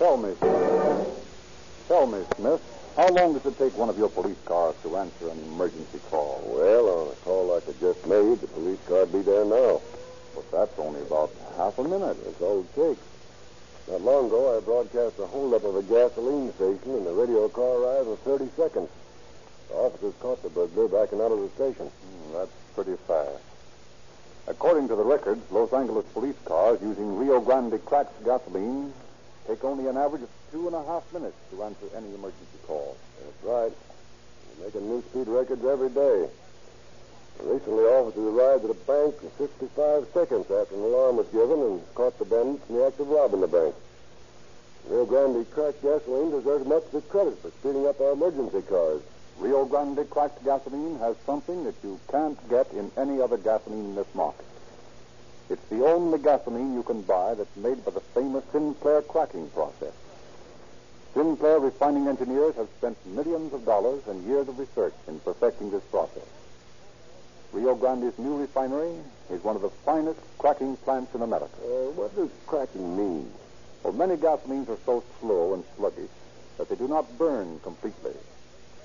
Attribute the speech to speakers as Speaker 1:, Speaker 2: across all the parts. Speaker 1: me. Tell me, Smith, how long does it take one of your police cars to answer an emergency call?
Speaker 2: Well, on a call like I just made, the police car'd be there now.
Speaker 1: But that's only about half a minute.
Speaker 2: That's all it takes. Not long ago, I broadcast a holdup of a gasoline station, and the radio car arrived in 30 seconds. The officers caught the burglar backing out of the station.
Speaker 1: Hmm, that's pretty fast. According to the records, Los Angeles police cars using Rio Grande cracked gasoline take only an average of two and a half minutes to answer any emergency call.
Speaker 2: That's right. They're making new speed records every day. Recently, officers arrived at a bank in 65 seconds after an alarm was given and caught the bandits in the act of robbing the bank. Rio Grande cracked gasoline deserves much of the credit for speeding up our emergency cars.
Speaker 1: Rio Grande cracked gasoline has something that you can't get in any other gasoline in this market. It's the only gasoline you can buy that's made by the famous Sinclair cracking process. Sinclair refining engineers have spent millions of dollars and years of research in perfecting this process. Rio Grande's new refinery is one of the finest cracking plants in America.
Speaker 2: Uh, what does cracking mean?
Speaker 1: Well, many gasolines are so slow and sluggish that they do not burn completely,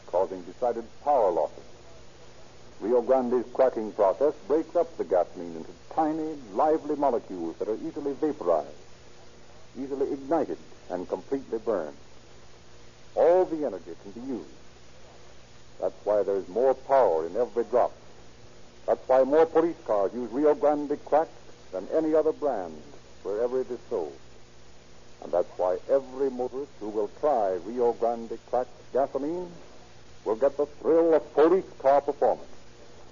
Speaker 1: causing decided power losses. Rio Grande's cracking process breaks up the gasoline into tiny, lively molecules that are easily vaporized, easily ignited, and completely burned. All the energy can be used. That's why there's more power in every drop. That's why more police cars use Rio Grande cracked than any other brand wherever it is sold. And that's why every motorist who will try Rio Grande cracked gasoline will get the thrill of police car performance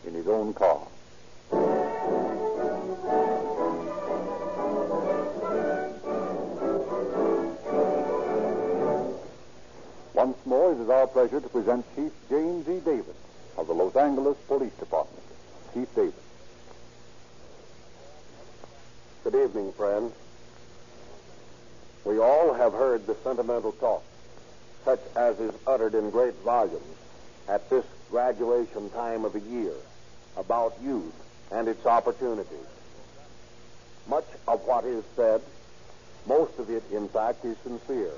Speaker 1: in his own car. Once more, it is our pleasure to present Chief James E. Davis of the Los Angeles Police Department. Chief Davis.
Speaker 3: Good evening, friends. We all have heard the sentimental talk, such as is uttered in great volumes at this graduation time of the year, about youth and its opportunities. Much of what is said, most of it, in fact, is sincere.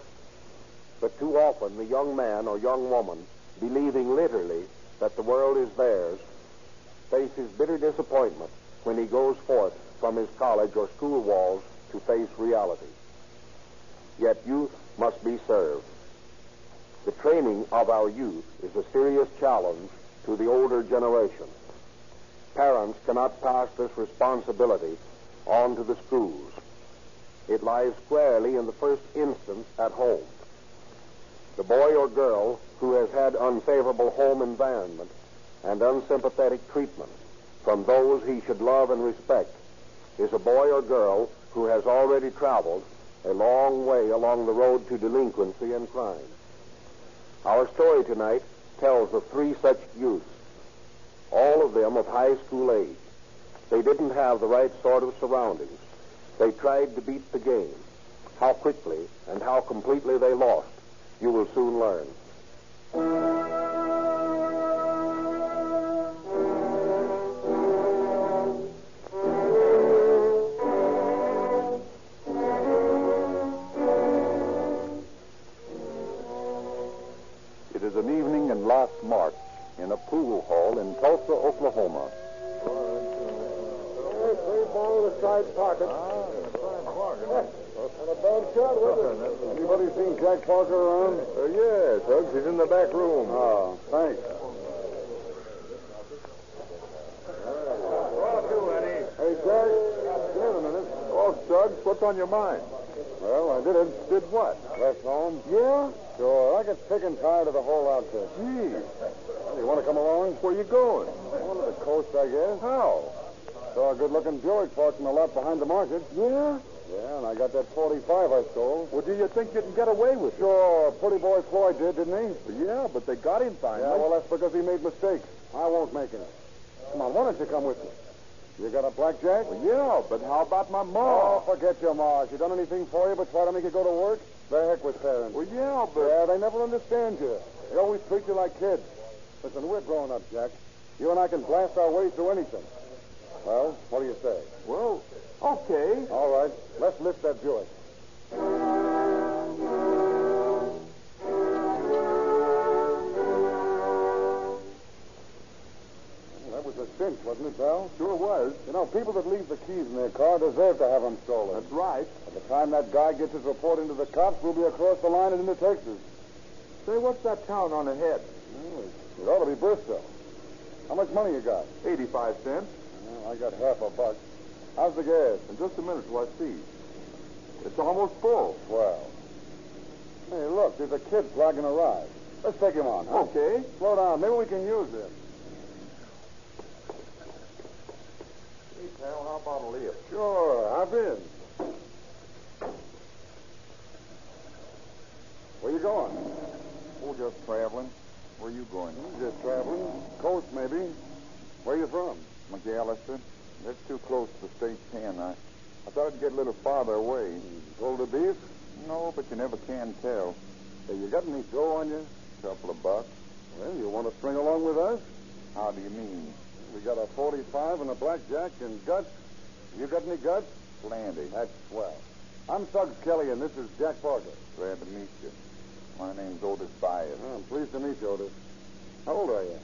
Speaker 3: But too often, the young man or young woman, believing literally that the world is theirs, faces bitter disappointment when he goes forth from his college or school walls to face reality. Yet youth must be served. The training of our youth is a serious challenge to the older generation. Parents cannot pass this responsibility on to the schools. It lies squarely in the first instance at home. The boy or girl who has had unfavorable home environment and unsympathetic treatment from those he should love and respect is a boy or girl who has already traveled a long way along the road to delinquency and crime. Our story tonight tells of three such youths, all of them of high school age. They didn't have the right sort of surroundings. They tried to beat the game. How quickly and how completely they lost, you will soon learn.
Speaker 1: It is an evening in last March in a pool hall in Tulsa, Oklahoma.
Speaker 2: Three ball in the side pocket. And a bad shot, wasn't it? Anybody seen Jack Parker around? yes, Hugs. He's in the back room. Oh, thanks. Hey, Jack. Wait a minute. Oh, Suggs, what's on your mind? Well, I did it. Did what? Left home. Yeah? Sure. I get sick and tired of the whole outfit. Gee. you want to come along? Where you going? Going to the coast, I guess. How? Saw a good-looking Buick parked in the lot behind the market. Yeah? Yeah, and I got that 45 I stole. Well, do you think you can get away with it? Sure. Pretty boy Floyd did, didn't he? Yeah, but they got him finally. Yeah, well, that's because he made mistakes. I won't make any. Come on, why don't you come with me? You got a blackjack? yeah, but how about my ma? Oh, forget your ma. She done anything for you but try to make you go to work? The heck with parents. Well, yeah, but... Yeah, they never understand you. They always treat you like kids. Listen, we're grown up, Jack. You and I can blast our way through anything. Well, what do you say? Well, okay. All right. Let's lift that Buick. wasn't it, Bell? Sure was. You know, people that leave the keys in their car deserve to have them stolen. That's right. By the time that guy gets his report into the cops, we'll be across the line and into Texas. Say, what's that town on ahead?
Speaker 1: Hmm,
Speaker 2: it ought to be Bristol. How much money you got?
Speaker 1: 85 cents.
Speaker 2: Well, I got half a buck. How's the gas?
Speaker 1: In just a minute till I see. It's almost full.
Speaker 2: Well. Hey, look, there's a kid flagging a ride. Let's take him on, huh?
Speaker 1: Okay.
Speaker 2: Slow down. Maybe we can use him.
Speaker 1: Hey, pal, how about a lift?
Speaker 2: Sure, hop in. Where you going?
Speaker 1: Oh, just traveling. Where are you going?
Speaker 2: Just traveling. Coast, maybe. Where you from?
Speaker 1: McAllister? That's too close to the state pen. I, I thought I'd get a little farther away.
Speaker 2: Sold the beef?
Speaker 1: No, but you never can tell.
Speaker 2: Hey, you got any dough on you?
Speaker 1: Couple of bucks.
Speaker 2: Well, you want to string along with us?
Speaker 1: How do you mean?
Speaker 2: We got a 45 and a blackjack and guts. You got any guts?
Speaker 1: Landy.
Speaker 2: That's swell. I'm Suggs Kelly, and this is Jack Parker.
Speaker 1: Glad to meet you. My name's Otis Byers.
Speaker 2: Oh, I'm pleased to meet you, Otis. How old are you?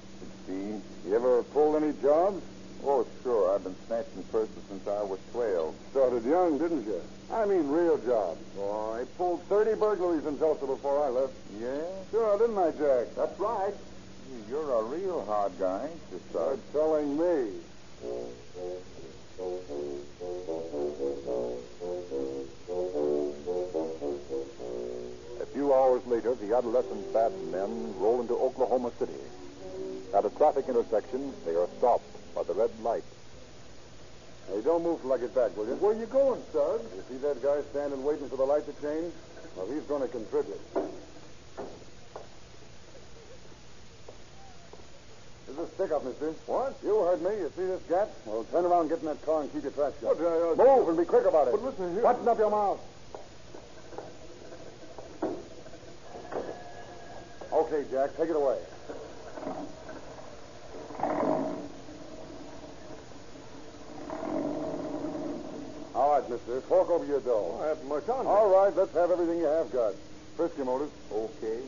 Speaker 1: See?
Speaker 2: You ever pulled any jobs?
Speaker 1: Oh, sure. I've been snatching purses since I was 12.
Speaker 2: Started young, didn't you? I mean real jobs. Oh, I pulled 30 burglaries in Tulsa before I left.
Speaker 1: Yeah?
Speaker 2: Sure, didn't I, Jack?
Speaker 1: That's right. You're a real hard guy, Mr.
Speaker 2: You're
Speaker 1: Suggs.
Speaker 2: telling me.
Speaker 1: A few hours later, the adolescent Batten men roll into Oklahoma City. At a traffic intersection, they are stopped by the red light.
Speaker 2: Hey, don't move till I get back, will you?
Speaker 1: Where you going, Suggs?
Speaker 2: You see that guy standing waiting for the light to change? Well, he's going to contribute. This is a stick up, mister. What? You heard me. You see this gap? Well, turn around, get in that car, and keep your tracks shut.
Speaker 1: uh,
Speaker 2: Move and be quick about it.
Speaker 1: But listen here-
Speaker 2: Button up your mouth. Okay, Jack, take it away. All right, mister. Fork over your dough.
Speaker 1: Oh, I haven't much on
Speaker 2: All right, let's have everything you have got. Frisk him, Otis.
Speaker 1: Okay.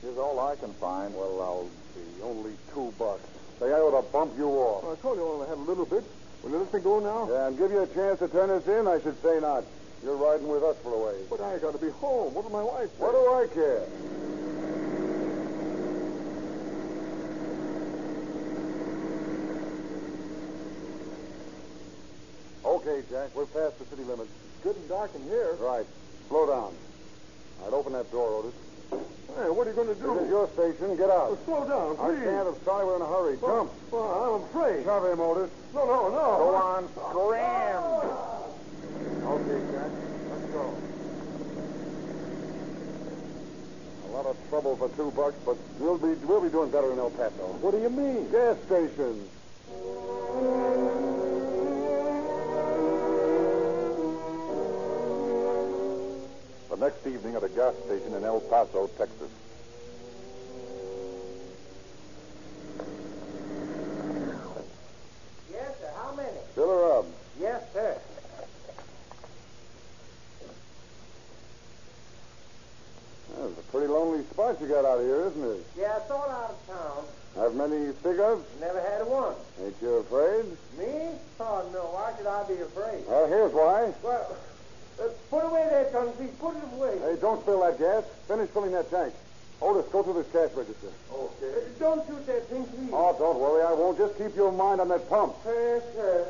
Speaker 1: Here's all I can find.
Speaker 2: Well, I'll see. Only two bucks. Say, I ought to bump you off.
Speaker 1: I told you I only had a little bit. Will you let me go now?
Speaker 2: Yeah, and give you a chance to turn us in? I should say not. You're riding with us for a ways.
Speaker 1: But I got to be home. What will my wife
Speaker 2: What do I care? Okay, Jack, we're past the city limits.
Speaker 1: Good and dark in here.
Speaker 2: Right. Slow down. All right, open that door, Otis.
Speaker 1: Hey, what are you going to
Speaker 2: This is your station. Get out.
Speaker 1: slow down,
Speaker 2: I can't. I'm sorry. We're in a hurry. Jump.
Speaker 1: I'm afraid.
Speaker 2: Shove him, Otis.
Speaker 1: No, no, Ah! no.
Speaker 2: Go on, scram. Okay, Jack. Let's go. A lot of trouble for two bucks, but we'll be we'll be doing better in El Paso. What do you mean? Gas stations.
Speaker 1: The next evening at a gas station in El Paso, Texas.
Speaker 4: Yes, sir. How many?
Speaker 2: Fill her up.
Speaker 4: Yes, sir.
Speaker 2: That's a pretty lonely spot you got out here, isn't it?
Speaker 4: Yeah, I sold out of town.
Speaker 2: Have many figures?
Speaker 4: Never had one.
Speaker 2: Ain't you afraid?
Speaker 4: Me? Oh, no. Why should I be afraid?
Speaker 2: Well, here's why.
Speaker 4: Well, uh, put away that gun, please. Put it away.
Speaker 2: Hey, don't spill that gas. Finish filling that tank. Otis, go through this cash register.
Speaker 4: Uh, don't shoot that thing, please.
Speaker 2: Oh, don't worry. I won't. Just keep your mind on that pump.
Speaker 4: Sir, sir.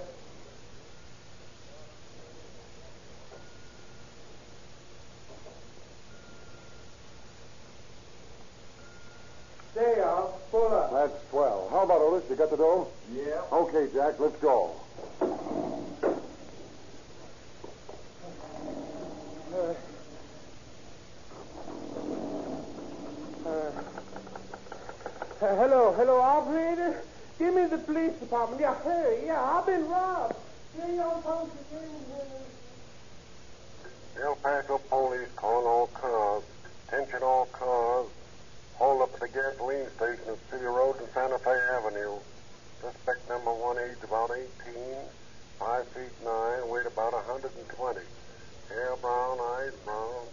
Speaker 4: There you are. Pull up.
Speaker 2: That's swell. How about Otis? You got the dough?
Speaker 4: Yeah.
Speaker 2: Okay, Jack, let's go.
Speaker 4: Uh, hello, hello, operator. Give me the police department. Yeah, hurry. Yeah, I've been robbed. Yeah, you don't come to me.
Speaker 5: El Paso police calling all cars. Attention all cars. Hold up at the gasoline station at City Road and Santa Fe Avenue. Suspect number one age about 18, 5 feet 9, weight about 120. Hair brown, eyes brown.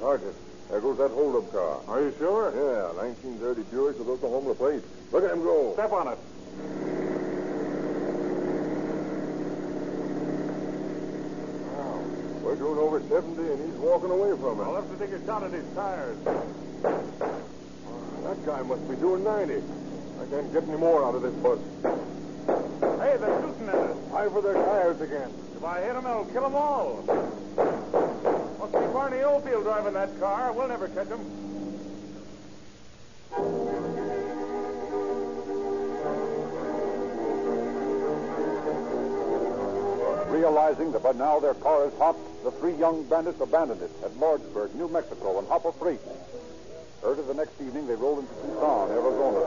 Speaker 2: Sergeant, there goes that holdup car. Are you sure? Yeah, 1930 Buick with Oklahoma plate. Look at him go.
Speaker 1: Step on it.
Speaker 2: We're doing over 70, and he's walking away from it.
Speaker 1: I'll have to take a shot at his tires.
Speaker 2: That guy must be doing 90. I can't get any more out of this bus.
Speaker 1: Hey, they're shooting at us.
Speaker 2: High for their tires again.
Speaker 1: If I hit them, it'll kill them all. Must be Barney Oldfield driving that car. We'll never catch him.
Speaker 2: Realizing that by now their car is hopped, the three young bandits abandoned it at Lordsburg, New Mexico, and Hopper Creek. Early the next evening, they rolled into Tucson, Arizona.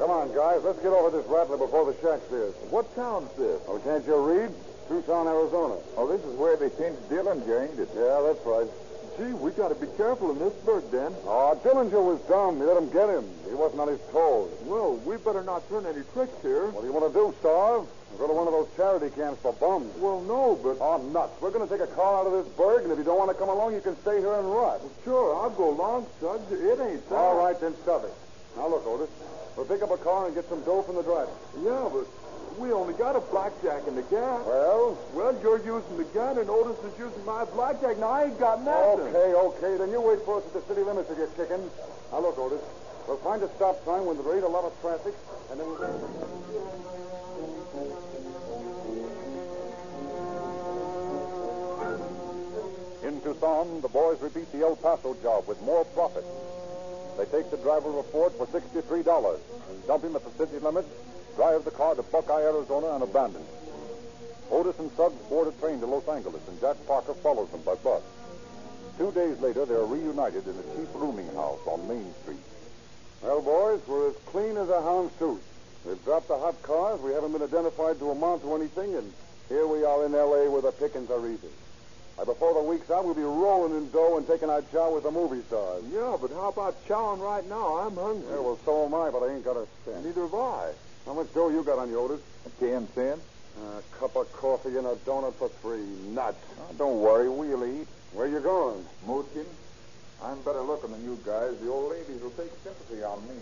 Speaker 2: Come on, guys. Let's get over this rattler before the shack sears. What town's this? Oh, can't you read? Tucson, Arizona. Oh, this is where they changed Dillinger, ain't it? Yeah, that's right. Gee, we gotta be careful in this bird den. Oh, Dillinger was dumb. We let him get him. He wasn't on his toes. Well, we better not turn any tricks here. What do you want to do, Starve? Go to one of those charity camps for bums. Well, no, but... Oh, nuts. We're gonna take a car out of this burg, and if you don't want to come along, you can stay here and rot. sure, I'll go along, Judge. It ain't All right, then shove it. Now, look, Otis. We'll pick up a car and get some dough from the driver. Yeah, but we only got a blackjack and the gas. Well? Well, you're using the gun and Otis is using my blackjack. Now, I ain't got nothing. Okay, okay. Then you wait for us at the city limits to get kicking. Now, look, Otis. We'll find a stop sign when there ain't a lot of traffic, and then we'll...
Speaker 1: In Tucson, the boys repeat the El Paso job with more profit. They take the driver of a Ford for $63, dump him at the city limits, drive the car to Buckeye, Arizona, and abandon it. Otis and Suggs board a train to Los Angeles, and Jack Parker follows them by bus. Two days later, they're reunited in a cheap rooming house on Main Street.
Speaker 2: Well, boys, we're as clean as a hound's tooth. We've dropped the hot cars. We haven't been identified to amount to anything, and here we are in L.A. where the pickings are easy. By before the week's out, we'll be rolling in dough and taking our chow with the movie stars.
Speaker 4: Yeah, but how about chowing right now? I'm hungry.
Speaker 2: Yeah, well, so am I, but I ain't got a cent.
Speaker 4: Neither have I.
Speaker 2: How much dough you got on you, Otis?
Speaker 1: Damn thin.
Speaker 2: A cup of coffee and a donut for three. Nuts.
Speaker 1: Oh, don't worry, we'll eat.
Speaker 2: Where you going?
Speaker 1: Mootkin, I'm better looking than you guys. The old ladies will take sympathy on me.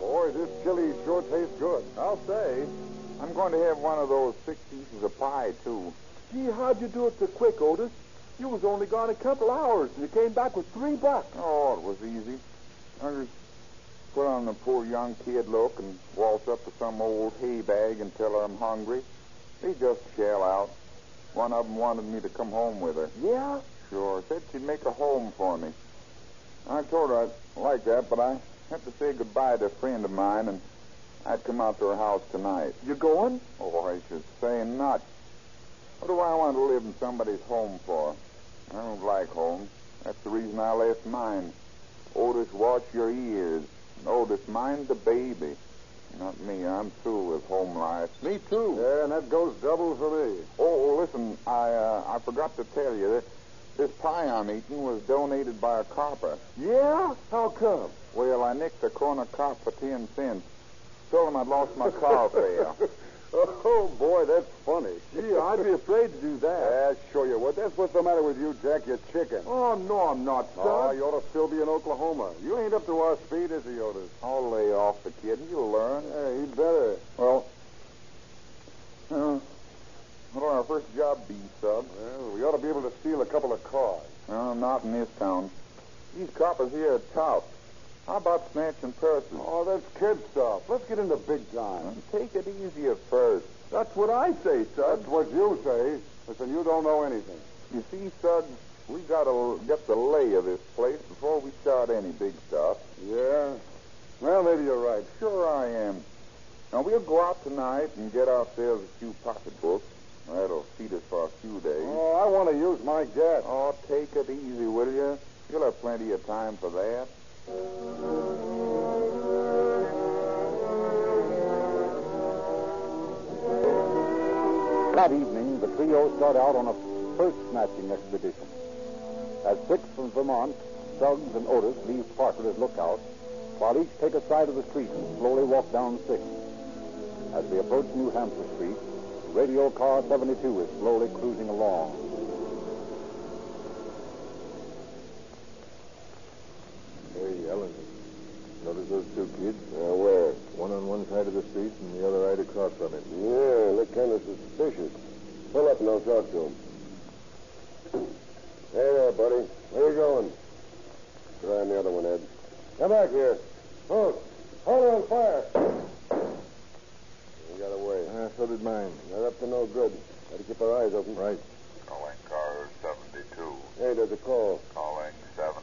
Speaker 2: Boy, this chili sure tastes good.
Speaker 1: I'll say. I'm going to have one of those six pieces of pie, too.
Speaker 4: Gee, how'd you do it so quick, Otis? You was only gone a couple hours, and you came back with three bucks.
Speaker 1: Oh, it was easy. I just put on the poor young kid look and waltz up to some old hay bag and tell her I'm hungry. They just shell out. One of 'em wanted me to come home with her.
Speaker 4: Yeah?
Speaker 1: Sure, said she'd make a home for me. I told her I'd like that, but I had to say goodbye to a friend of mine, and I'd come out to her house tonight.
Speaker 4: You going?
Speaker 1: Oh, I should say not. What do I want to live in somebody's home for? I don't like home. That's the reason I left mine. Otis, watch your ears. Otis, mind the baby. Not me. I'm through with home life.
Speaker 2: Me too. Yeah, and that goes double for me.
Speaker 1: Oh, listen, I uh, I forgot to tell you that this pie I'm eating was donated by a copper.
Speaker 4: Yeah? How come?
Speaker 1: Well, I nicked a corner cop for ten cents. Told him I'd lost my car fare.
Speaker 2: Oh, boy, that's funny. Gee, I'd be afraid to do that. Yeah, sure you would. That's what's the matter with you, Jack. You're chicken.
Speaker 4: Oh, no, I'm not, son.
Speaker 2: Oh, you ought to still be in Oklahoma. You ain't up to our speed, is he, Otis?
Speaker 1: I'll lay off the kid and you'll learn.
Speaker 2: Yeah, he'd better.
Speaker 1: Well, uh, what our first job be, sub?
Speaker 2: Well, we ought to be able to steal a couple of cars.
Speaker 1: Uh, not in this town. These coppers here are tough. How about snatching purses?
Speaker 2: Oh, that's kid stuff. Let's get into big time.
Speaker 1: Take it easy at first.
Speaker 2: That's what I say, Sud. That's what you say. Listen, you don't know anything.
Speaker 1: You see, Suggs, we gotta get the lay of this place before we start any big stuff.
Speaker 2: Yeah? Well, maybe you're right.
Speaker 1: Sure I am. Now we'll go out tonight and get ourselves a few pocketbooks. That'll feed us for a few days.
Speaker 2: Oh, I want to use my gas.
Speaker 1: Oh, take it easy, will you? You'll have plenty of time for that.
Speaker 2: That evening, the trio start out on a purse snatching expedition. As six from Vermont, Suggs and Otis leave Parker as lookout, while each take a side of the street and slowly walk down 6. As they approach New Hampshire Street, radio car 72 is slowly cruising along.
Speaker 3: Hey, Ellen. Notice those two kids? Yeah, where? One on one side of the street and the other right across from it. Yeah, look kind of suspicious. Pull up and I'll talk to him. Hey there, buddy. Where you going? Try on the other one, Ed. Come back here. Hold. Hold her on fire. He got away. Ah, so did mine. They're up to no good. Gotta keep our eyes open. Right.
Speaker 5: Calling car 72.
Speaker 3: Hey, there's a call.
Speaker 5: Calling 72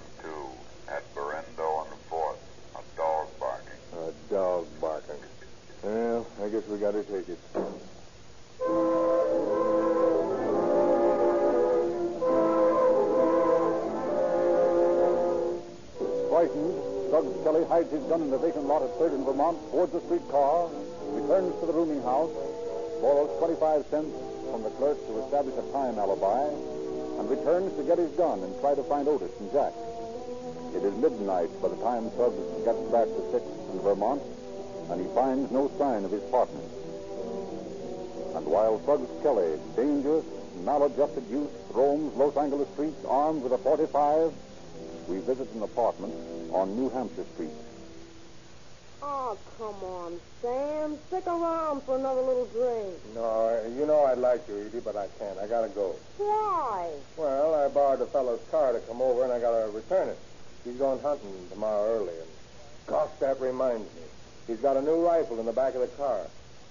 Speaker 5: at Berendo on the 4th. A dog barking.
Speaker 3: A dog barking. Well, I guess we gotta take it.
Speaker 2: Frightened, Doug Kelly hides his gun in the vacant lot at 3rd and Vermont, boards a streetcar, returns to the rooming house, borrows 25 cents from the clerk to establish a time alibi, and returns to get his gun and try to find Otis and Jack. It is midnight by the time Suggs gets back to 6th and Vermont, and he finds no sign of his partners. And while Suggs Kelly, dangerous, maladjusted youth, roams Los Angeles streets armed with a 45, we visit an apartment on New Hampshire Street.
Speaker 6: Oh, come on, Sam. Stick around for another little drink.
Speaker 3: No, you know I'd like to, Edie, but I can't. I gotta go.
Speaker 6: Why?
Speaker 3: Well, I borrowed a fellow's car to come over, and I gotta return it. He's going hunting tomorrow early, and gosh, that reminds me. He's got a new rifle in the back of the car.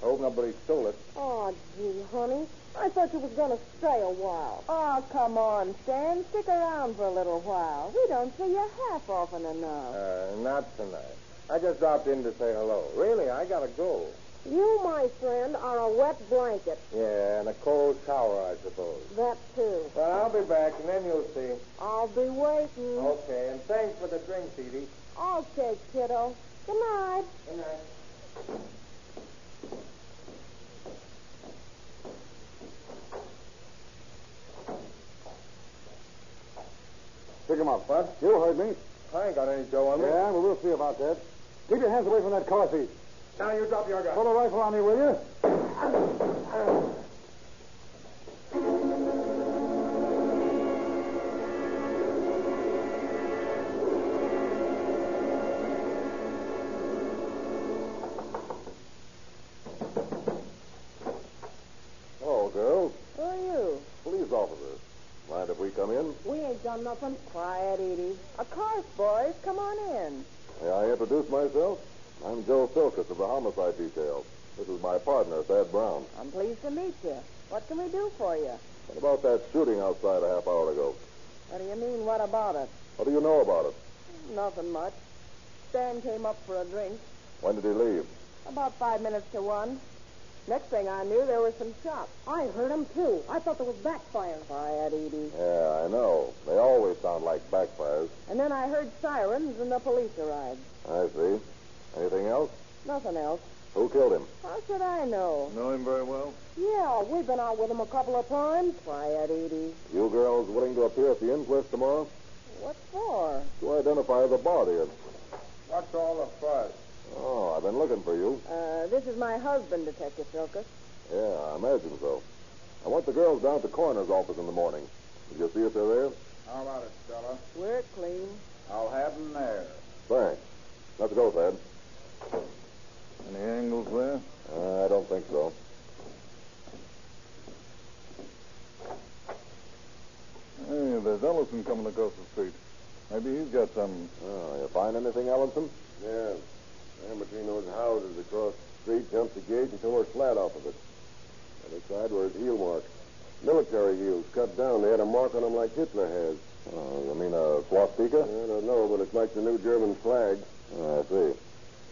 Speaker 3: I hope nobody stole it.
Speaker 6: Oh, gee, honey. I thought you was going to stay a while. Oh, come on, Sam. Stick around for a little while. We don't see you half often enough.
Speaker 3: Uh, not tonight. I just dropped in to say hello. Really, I gotta go.
Speaker 6: You, my friend, are a wet blanket.
Speaker 3: Yeah, and a cold shower, I suppose.
Speaker 6: That, too.
Speaker 3: Well, I'll be back, and then you'll see.
Speaker 6: I'll be waiting.
Speaker 3: Okay, and thanks for the drink, Edie.
Speaker 6: Okay, kiddo. Good night.
Speaker 3: Good night.
Speaker 2: Pick him up, Bud. You heard me.
Speaker 3: I ain't got any dough on me.
Speaker 2: Yeah, well, we'll see about that. Keep your hands away from that car seat.
Speaker 3: Now you drop your gun.
Speaker 2: Put a rifle on me, will you?
Speaker 3: Hello, girls.
Speaker 6: Who are you?
Speaker 3: Police officer. Mind if we come in?
Speaker 6: We ain't done nothing. Quiet, Edie. Of course, boys. Come on in.
Speaker 3: May I introduce myself? I'm Joe Silkus of the Homicide Detail. This is my partner, Thad Brown.
Speaker 6: I'm pleased to meet you. What can we do for you?
Speaker 3: What about that shooting outside a half hour ago?
Speaker 6: What do you mean, what about it?
Speaker 3: What do you know about it?
Speaker 6: Nothing much. Sam came up for a drink.
Speaker 3: When did he leave?
Speaker 6: About five minutes to one. Next thing I knew, there were some shots. I heard them, too. I thought there was backfire. Quiet, Edie.
Speaker 3: Yeah, I know. They always sound like backfires.
Speaker 6: And then I heard sirens and the police arrived.
Speaker 3: I see. Anything else?
Speaker 6: Nothing else.
Speaker 3: Who killed him?
Speaker 6: How should I know?
Speaker 3: Know him very well.
Speaker 6: Yeah, we've been out with him a couple of times. Quiet, Edie.
Speaker 3: You girls willing to appear at the inquest tomorrow?
Speaker 6: What for?
Speaker 3: To identify the body of.
Speaker 5: What's all the fuss?
Speaker 3: Oh, I've been looking for you.
Speaker 6: Uh, this is my husband, Detective Silkus.
Speaker 3: Yeah, I imagine so. I want the girls down at the coroner's office in the morning. Did you see if they're there?
Speaker 5: How about it, Stella?
Speaker 6: We're clean.
Speaker 5: I'll have him there.
Speaker 3: Thanks. Let's go, Thad.
Speaker 2: Any angles there?
Speaker 3: Uh, I don't think so.
Speaker 2: Hey, there's Ellison coming across the street. Maybe he's got some.
Speaker 3: Oh, you find anything, Ellison? Yeah. Man between those houses across the street jumped the gate and tore a slat off of it. The other side were his heel marks. Military heels cut down. They had a mark on them like Hitler has. Oh, you mean a swastika? I don't know, but it's like the new German flag. I see.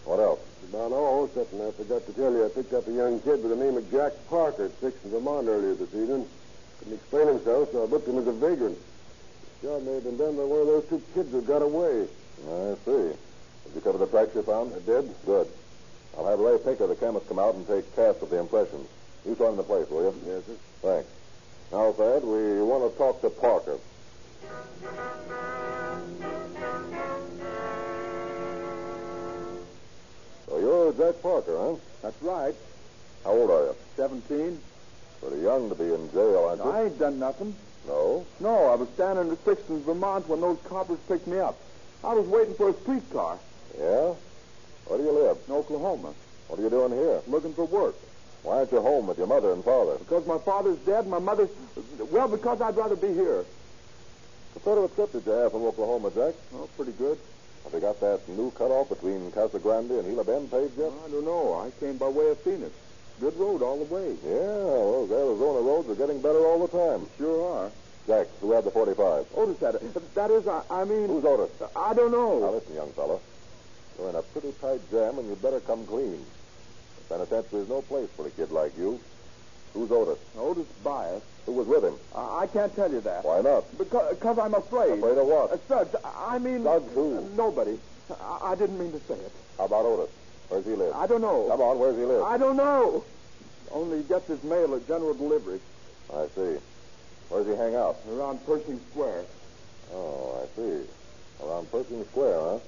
Speaker 3: What else? About all, except and I forgot to tell you, I picked up a young kid by the name of Jack Parker at Sixth and Vermont earlier this evening. Couldn't explain himself, so I booked him as a vagrant. The job may have been done by one of those two kids who got away. I see. Did you cover the tracks you found? I did. Good. I'll have Ray Pinker, the chemist, come out and take casts of the impressions. You find the place, will you? Yes, sir. Thanks. Now, Thad, we want to talk to Parker.
Speaker 2: you're Jack Parker, huh? That's right. How old are you? Seventeen. Pretty young to be in jail, aren't you? I ain't done nothing. No? No, I was down in restrictions, Vermont, when those coppers picked me up. I was waiting for a streetcar. Yeah? Where do you live? In Oklahoma. What are you doing here? Looking for work. Why aren't you home with your mother and father? Because my father's dead, my mother's. Well, because I'd rather be here. What sort of a trip did you have from Oklahoma, Jack? Oh, pretty good. Have you got that new cutoff between Casa Grande and Gila Bend paved yet? I don't know. I came by way of Phoenix. Good road all the way. Yeah, well, those Arizona roads are getting better all the time. Sure are. Jack, who had the 45? Otis had it. That is, I, I mean... Who's Otis? I don't know. Now, listen, young fellow. You're in a pretty tight jam, and you'd better come clean. The penitentiary's no place for a kid like you. Who's Otis? Otis Bias. Who was with him? I, I can't tell you that. Why not? Because, because I'm afraid. Afraid of what? Uh, Suds. I mean... Suds who? nobody. I, I didn't mean to say it. How about Otis? Where's he live? I don't know. Come on, where's he live? I don't know. Only he gets his mail at general delivery. I see. Where does he hang out? Around Pershing Square. Oh, I see. Around Pershing Square, huh?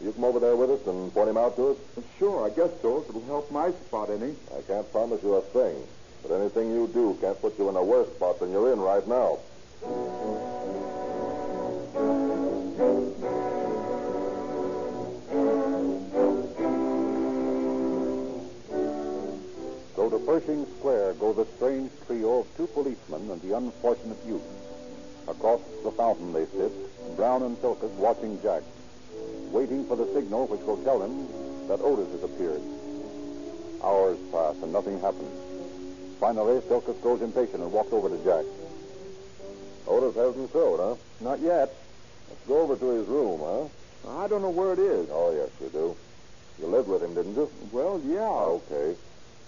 Speaker 2: You come over there with us and point him out to us? Sure, I guess so. If it'll help my spot any. I can't promise you a thing, but anything you do can't put you in a worse spot than you're in right now.
Speaker 1: So to Pershing Square go the strange trio of two policemen and the unfortunate youth. Across the fountain they sit, Brown and Silkus watching Jack, waiting for the signal which will tell them that Otis has appeared. Hours pass and nothing happens. Finally, Silkus grows impatient and walks over to Jack.
Speaker 2: Otis hasn't showed, huh? Not yet. Let's go over to his room, huh? I don't know where it is. Oh, yes, you do. You lived with him, didn't you? Well, yeah. Okay.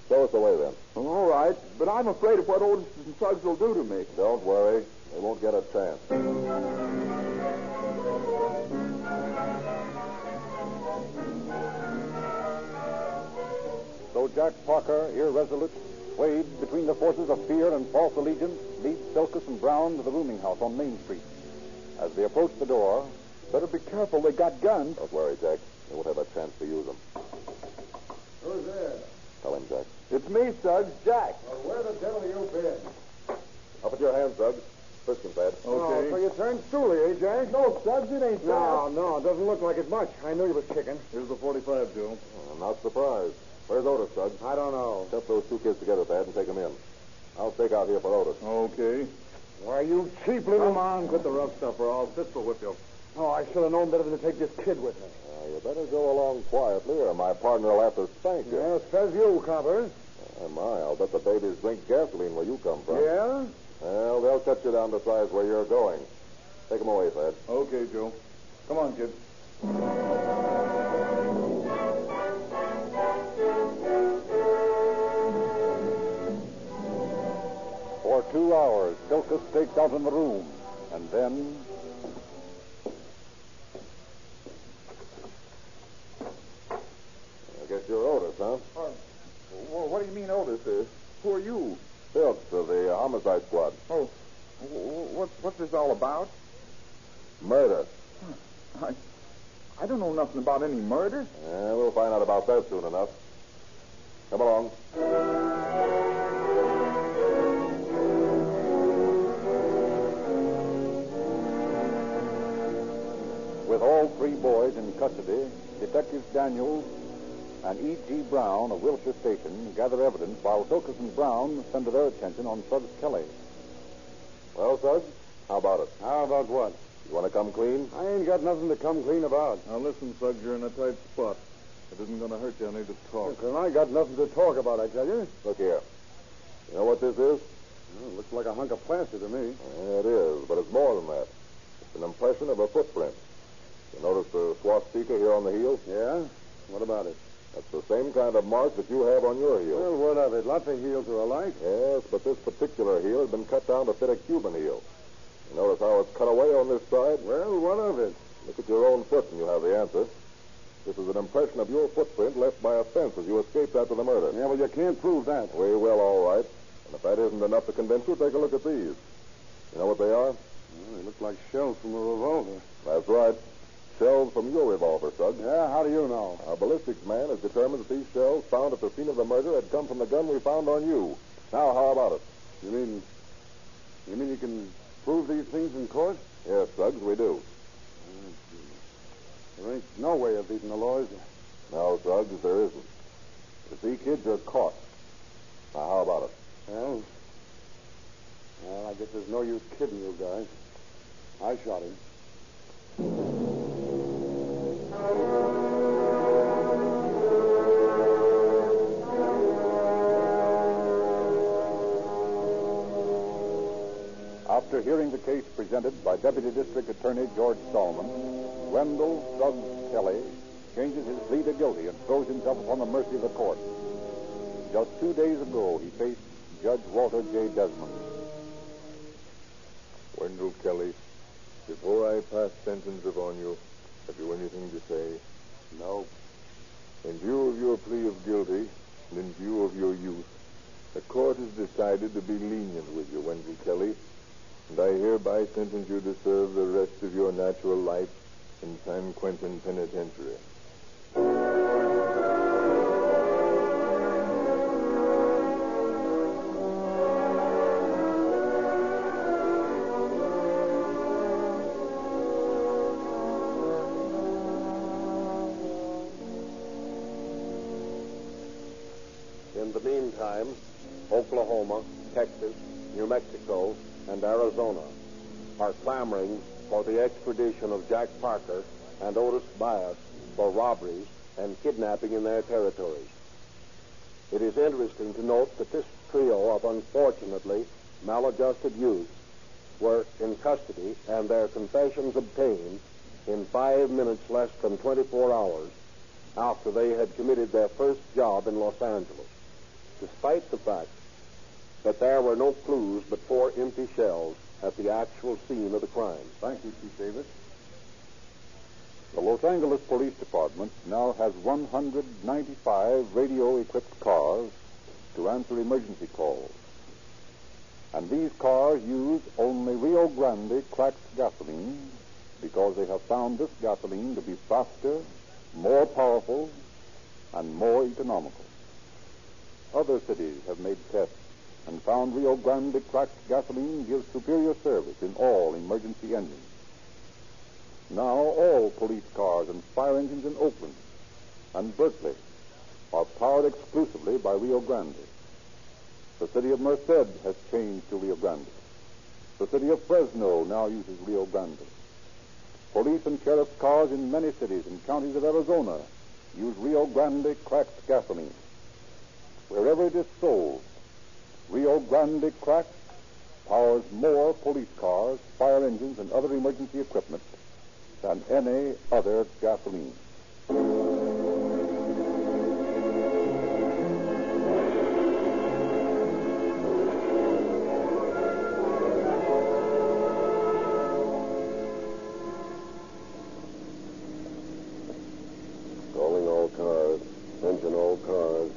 Speaker 2: Show us the way, then. all right, but I'm afraid of what Otis and Suggs will do to me. Don't worry. They won't get a chance.
Speaker 1: So Jack Parker, irresolute, swayed between the forces of fear and false allegiance, leads Silkus and Brown to the rooming house on Main Street. As they approach the door, better be careful, they got guns.
Speaker 2: Don't worry, Jack. They won't have a chance to use them.
Speaker 5: Who's there?
Speaker 2: Tell him, Jack.
Speaker 4: It's me, Suggs. Jack.
Speaker 5: Well, where the devil you been?
Speaker 2: Up with your hands, Suggs. Frisk him, Pat.
Speaker 4: Okay.
Speaker 5: Oh, so you turned stoolie, eh, Jack?
Speaker 4: No, Suggs, it ain't
Speaker 5: No, no, it doesn't look like it much. I knew you was kicking.
Speaker 2: Here's the 45, Joe. I'm not surprised. Where's Otis, Suggs?
Speaker 5: I don't know.
Speaker 2: Dump those two kids together, Thad, and take them in. I'll stake out here for Otis.
Speaker 5: Oh.
Speaker 1: Okay.
Speaker 5: Why, you cheap little...
Speaker 2: Come on, quit the rough stuff, or I'll pistol whip you.
Speaker 5: Oh, I should have known better than to take this kid with me.
Speaker 2: Uh, you better go along quietly, or my partner will have to spank you.
Speaker 5: Yes, says you, copper.
Speaker 2: Oh, my, I'll bet the babies drink gasoline where you come from.
Speaker 5: Yeah?
Speaker 2: Well, they'll cut you down to size where you're going. Take them away, Thad.
Speaker 1: Okay, Joe. Come on, kid. For two hours, Silkus staked out in the room, and then.
Speaker 2: I guess you're Otis, huh?
Speaker 1: Well, what do you mean, Otis? Uh, who are you?
Speaker 2: Phillips of the uh, homicide squad.
Speaker 1: Oh, what's, what's this all about?
Speaker 2: Murder.
Speaker 1: I, I don't know nothing about any murder.
Speaker 3: Uh,
Speaker 2: Yeah, we'll find out about that soon enough. Come along.
Speaker 1: With all three boys in custody, Detectives Daniels and E.G. Brown of Wilshire Station gather evidence while Silkus and Brown center their attention on Suggs Kelly.
Speaker 2: Well, Suggs, how about it?
Speaker 5: How about what?
Speaker 2: You want to come clean?
Speaker 5: I ain't got nothing to come clean about.
Speaker 7: Now listen, Suggs, you're in a tight spot. It isn't going to hurt you any to talk.
Speaker 5: Listen, I got nothing to talk about, I tell you.
Speaker 2: Look here. You know what this is?
Speaker 5: Well, looks like a hunk of plaster to me.
Speaker 2: Yeah, it is, but it's more than that. It's an impression of a footprint. You notice the swastika here on the heel?
Speaker 5: Yeah? What about it?
Speaker 2: That's the same kind of mark that you have on your heel.
Speaker 5: Well, what of it? Lots of heels are alike.
Speaker 2: Yes, but this particular heel has been cut down to fit a Cuban heel. You notice how it's cut away on this side?
Speaker 5: Well, what of it?
Speaker 2: Look at your own foot and you'll have the answer. This is an impression of your footprint left by a fence as you escaped after the murder.
Speaker 5: Yeah, well, you can't prove that.
Speaker 2: We will, all right. And if that isn't enough to convince you, take a look at these. You know what they are?
Speaker 5: Well, they look like shells from a revolver.
Speaker 2: That's right. shells from your revolver, Suggs.
Speaker 8: Yeah, how do you know?
Speaker 2: Our ballistics man has determined that these shells found at the scene of the murder had come from the gun we found on you. Now, how about it?
Speaker 8: You mean you mean you can prove these things in court?
Speaker 2: Yes, Suggs, we do. Oh,
Speaker 8: There ain't no way of beating the lawyers.
Speaker 2: No, Suggs, there isn't. If these kids are caught, now how about it?
Speaker 8: Well, well, I guess there's no use kidding you guys. I shot him.
Speaker 2: After hearing the case presented by Deputy District Attorney George Stallman, Wendell Suggs Kelly changes his plea to guilty and throws himself upon the mercy of the court. Just two days ago, he faced Judge Walter J. Desmond.
Speaker 9: Wendell Kelly, before I pass sentence upon you, have you anything to say?
Speaker 8: No.
Speaker 9: In view of your plea of guilty, and in view of your youth, the court has decided to be lenient with you, Wendell Kelly, and I hereby sentence you to serve the rest of your natural life in San Quentin Penitentiary.
Speaker 3: In the meantime, Oklahoma, Texas, New Mexico, and Arizona are clamoring for the extradition of Jack Parker and Otis Bias for robberies and kidnapping in their territories. It is interesting to note that this trio of unfortunately maladjusted youths were in custody and their confessions obtained in five minutes less than 24 hours after they had committed their first job in Los Angeles, despite the fact that there were no clues but four empty shells at the actual scene of the crime.
Speaker 2: Thank you, Chief Davis. The Los Angeles Police Department now has 195 radio equipped cars to answer emergency calls. And these cars use only Rio Grande cracked gasoline because they have found this gasoline to be faster, more powerful, and more economical. Other cities have made tests and found Rio Grande cracked gasoline gives superior service in all emergency engines. Now all police cars and fire engines in Oakland and Berkeley are powered exclusively by Rio Grande. The city of Merced has changed to Rio Grande. The city of Fresno now uses Rio Grande. Police and sheriff's cars in many cities and counties of Arizona use Rio Grande cracked gasoline. Wherever it is sold, Rio Grande cracked powers more police cars, fire engines, and other emergency equipment than any other gasoline.
Speaker 10: Calling all cars. Attention all cars.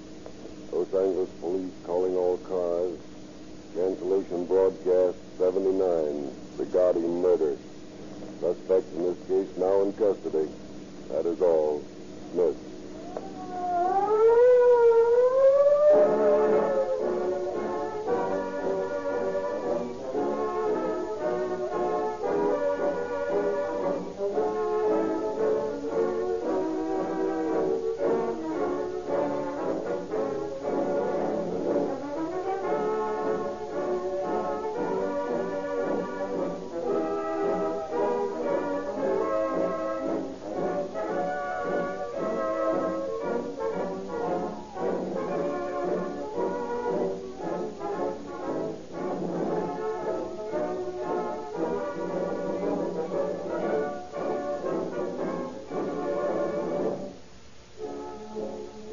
Speaker 10: Los Angeles Police calling all cars. Cancellation broadcast 79 regarding murder. Suspect in this case now in custody. That is all. Smith.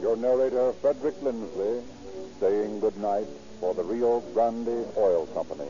Speaker 2: Your narrator, Frederick Lindsley, saying good night for the Rio Grande Oil Company.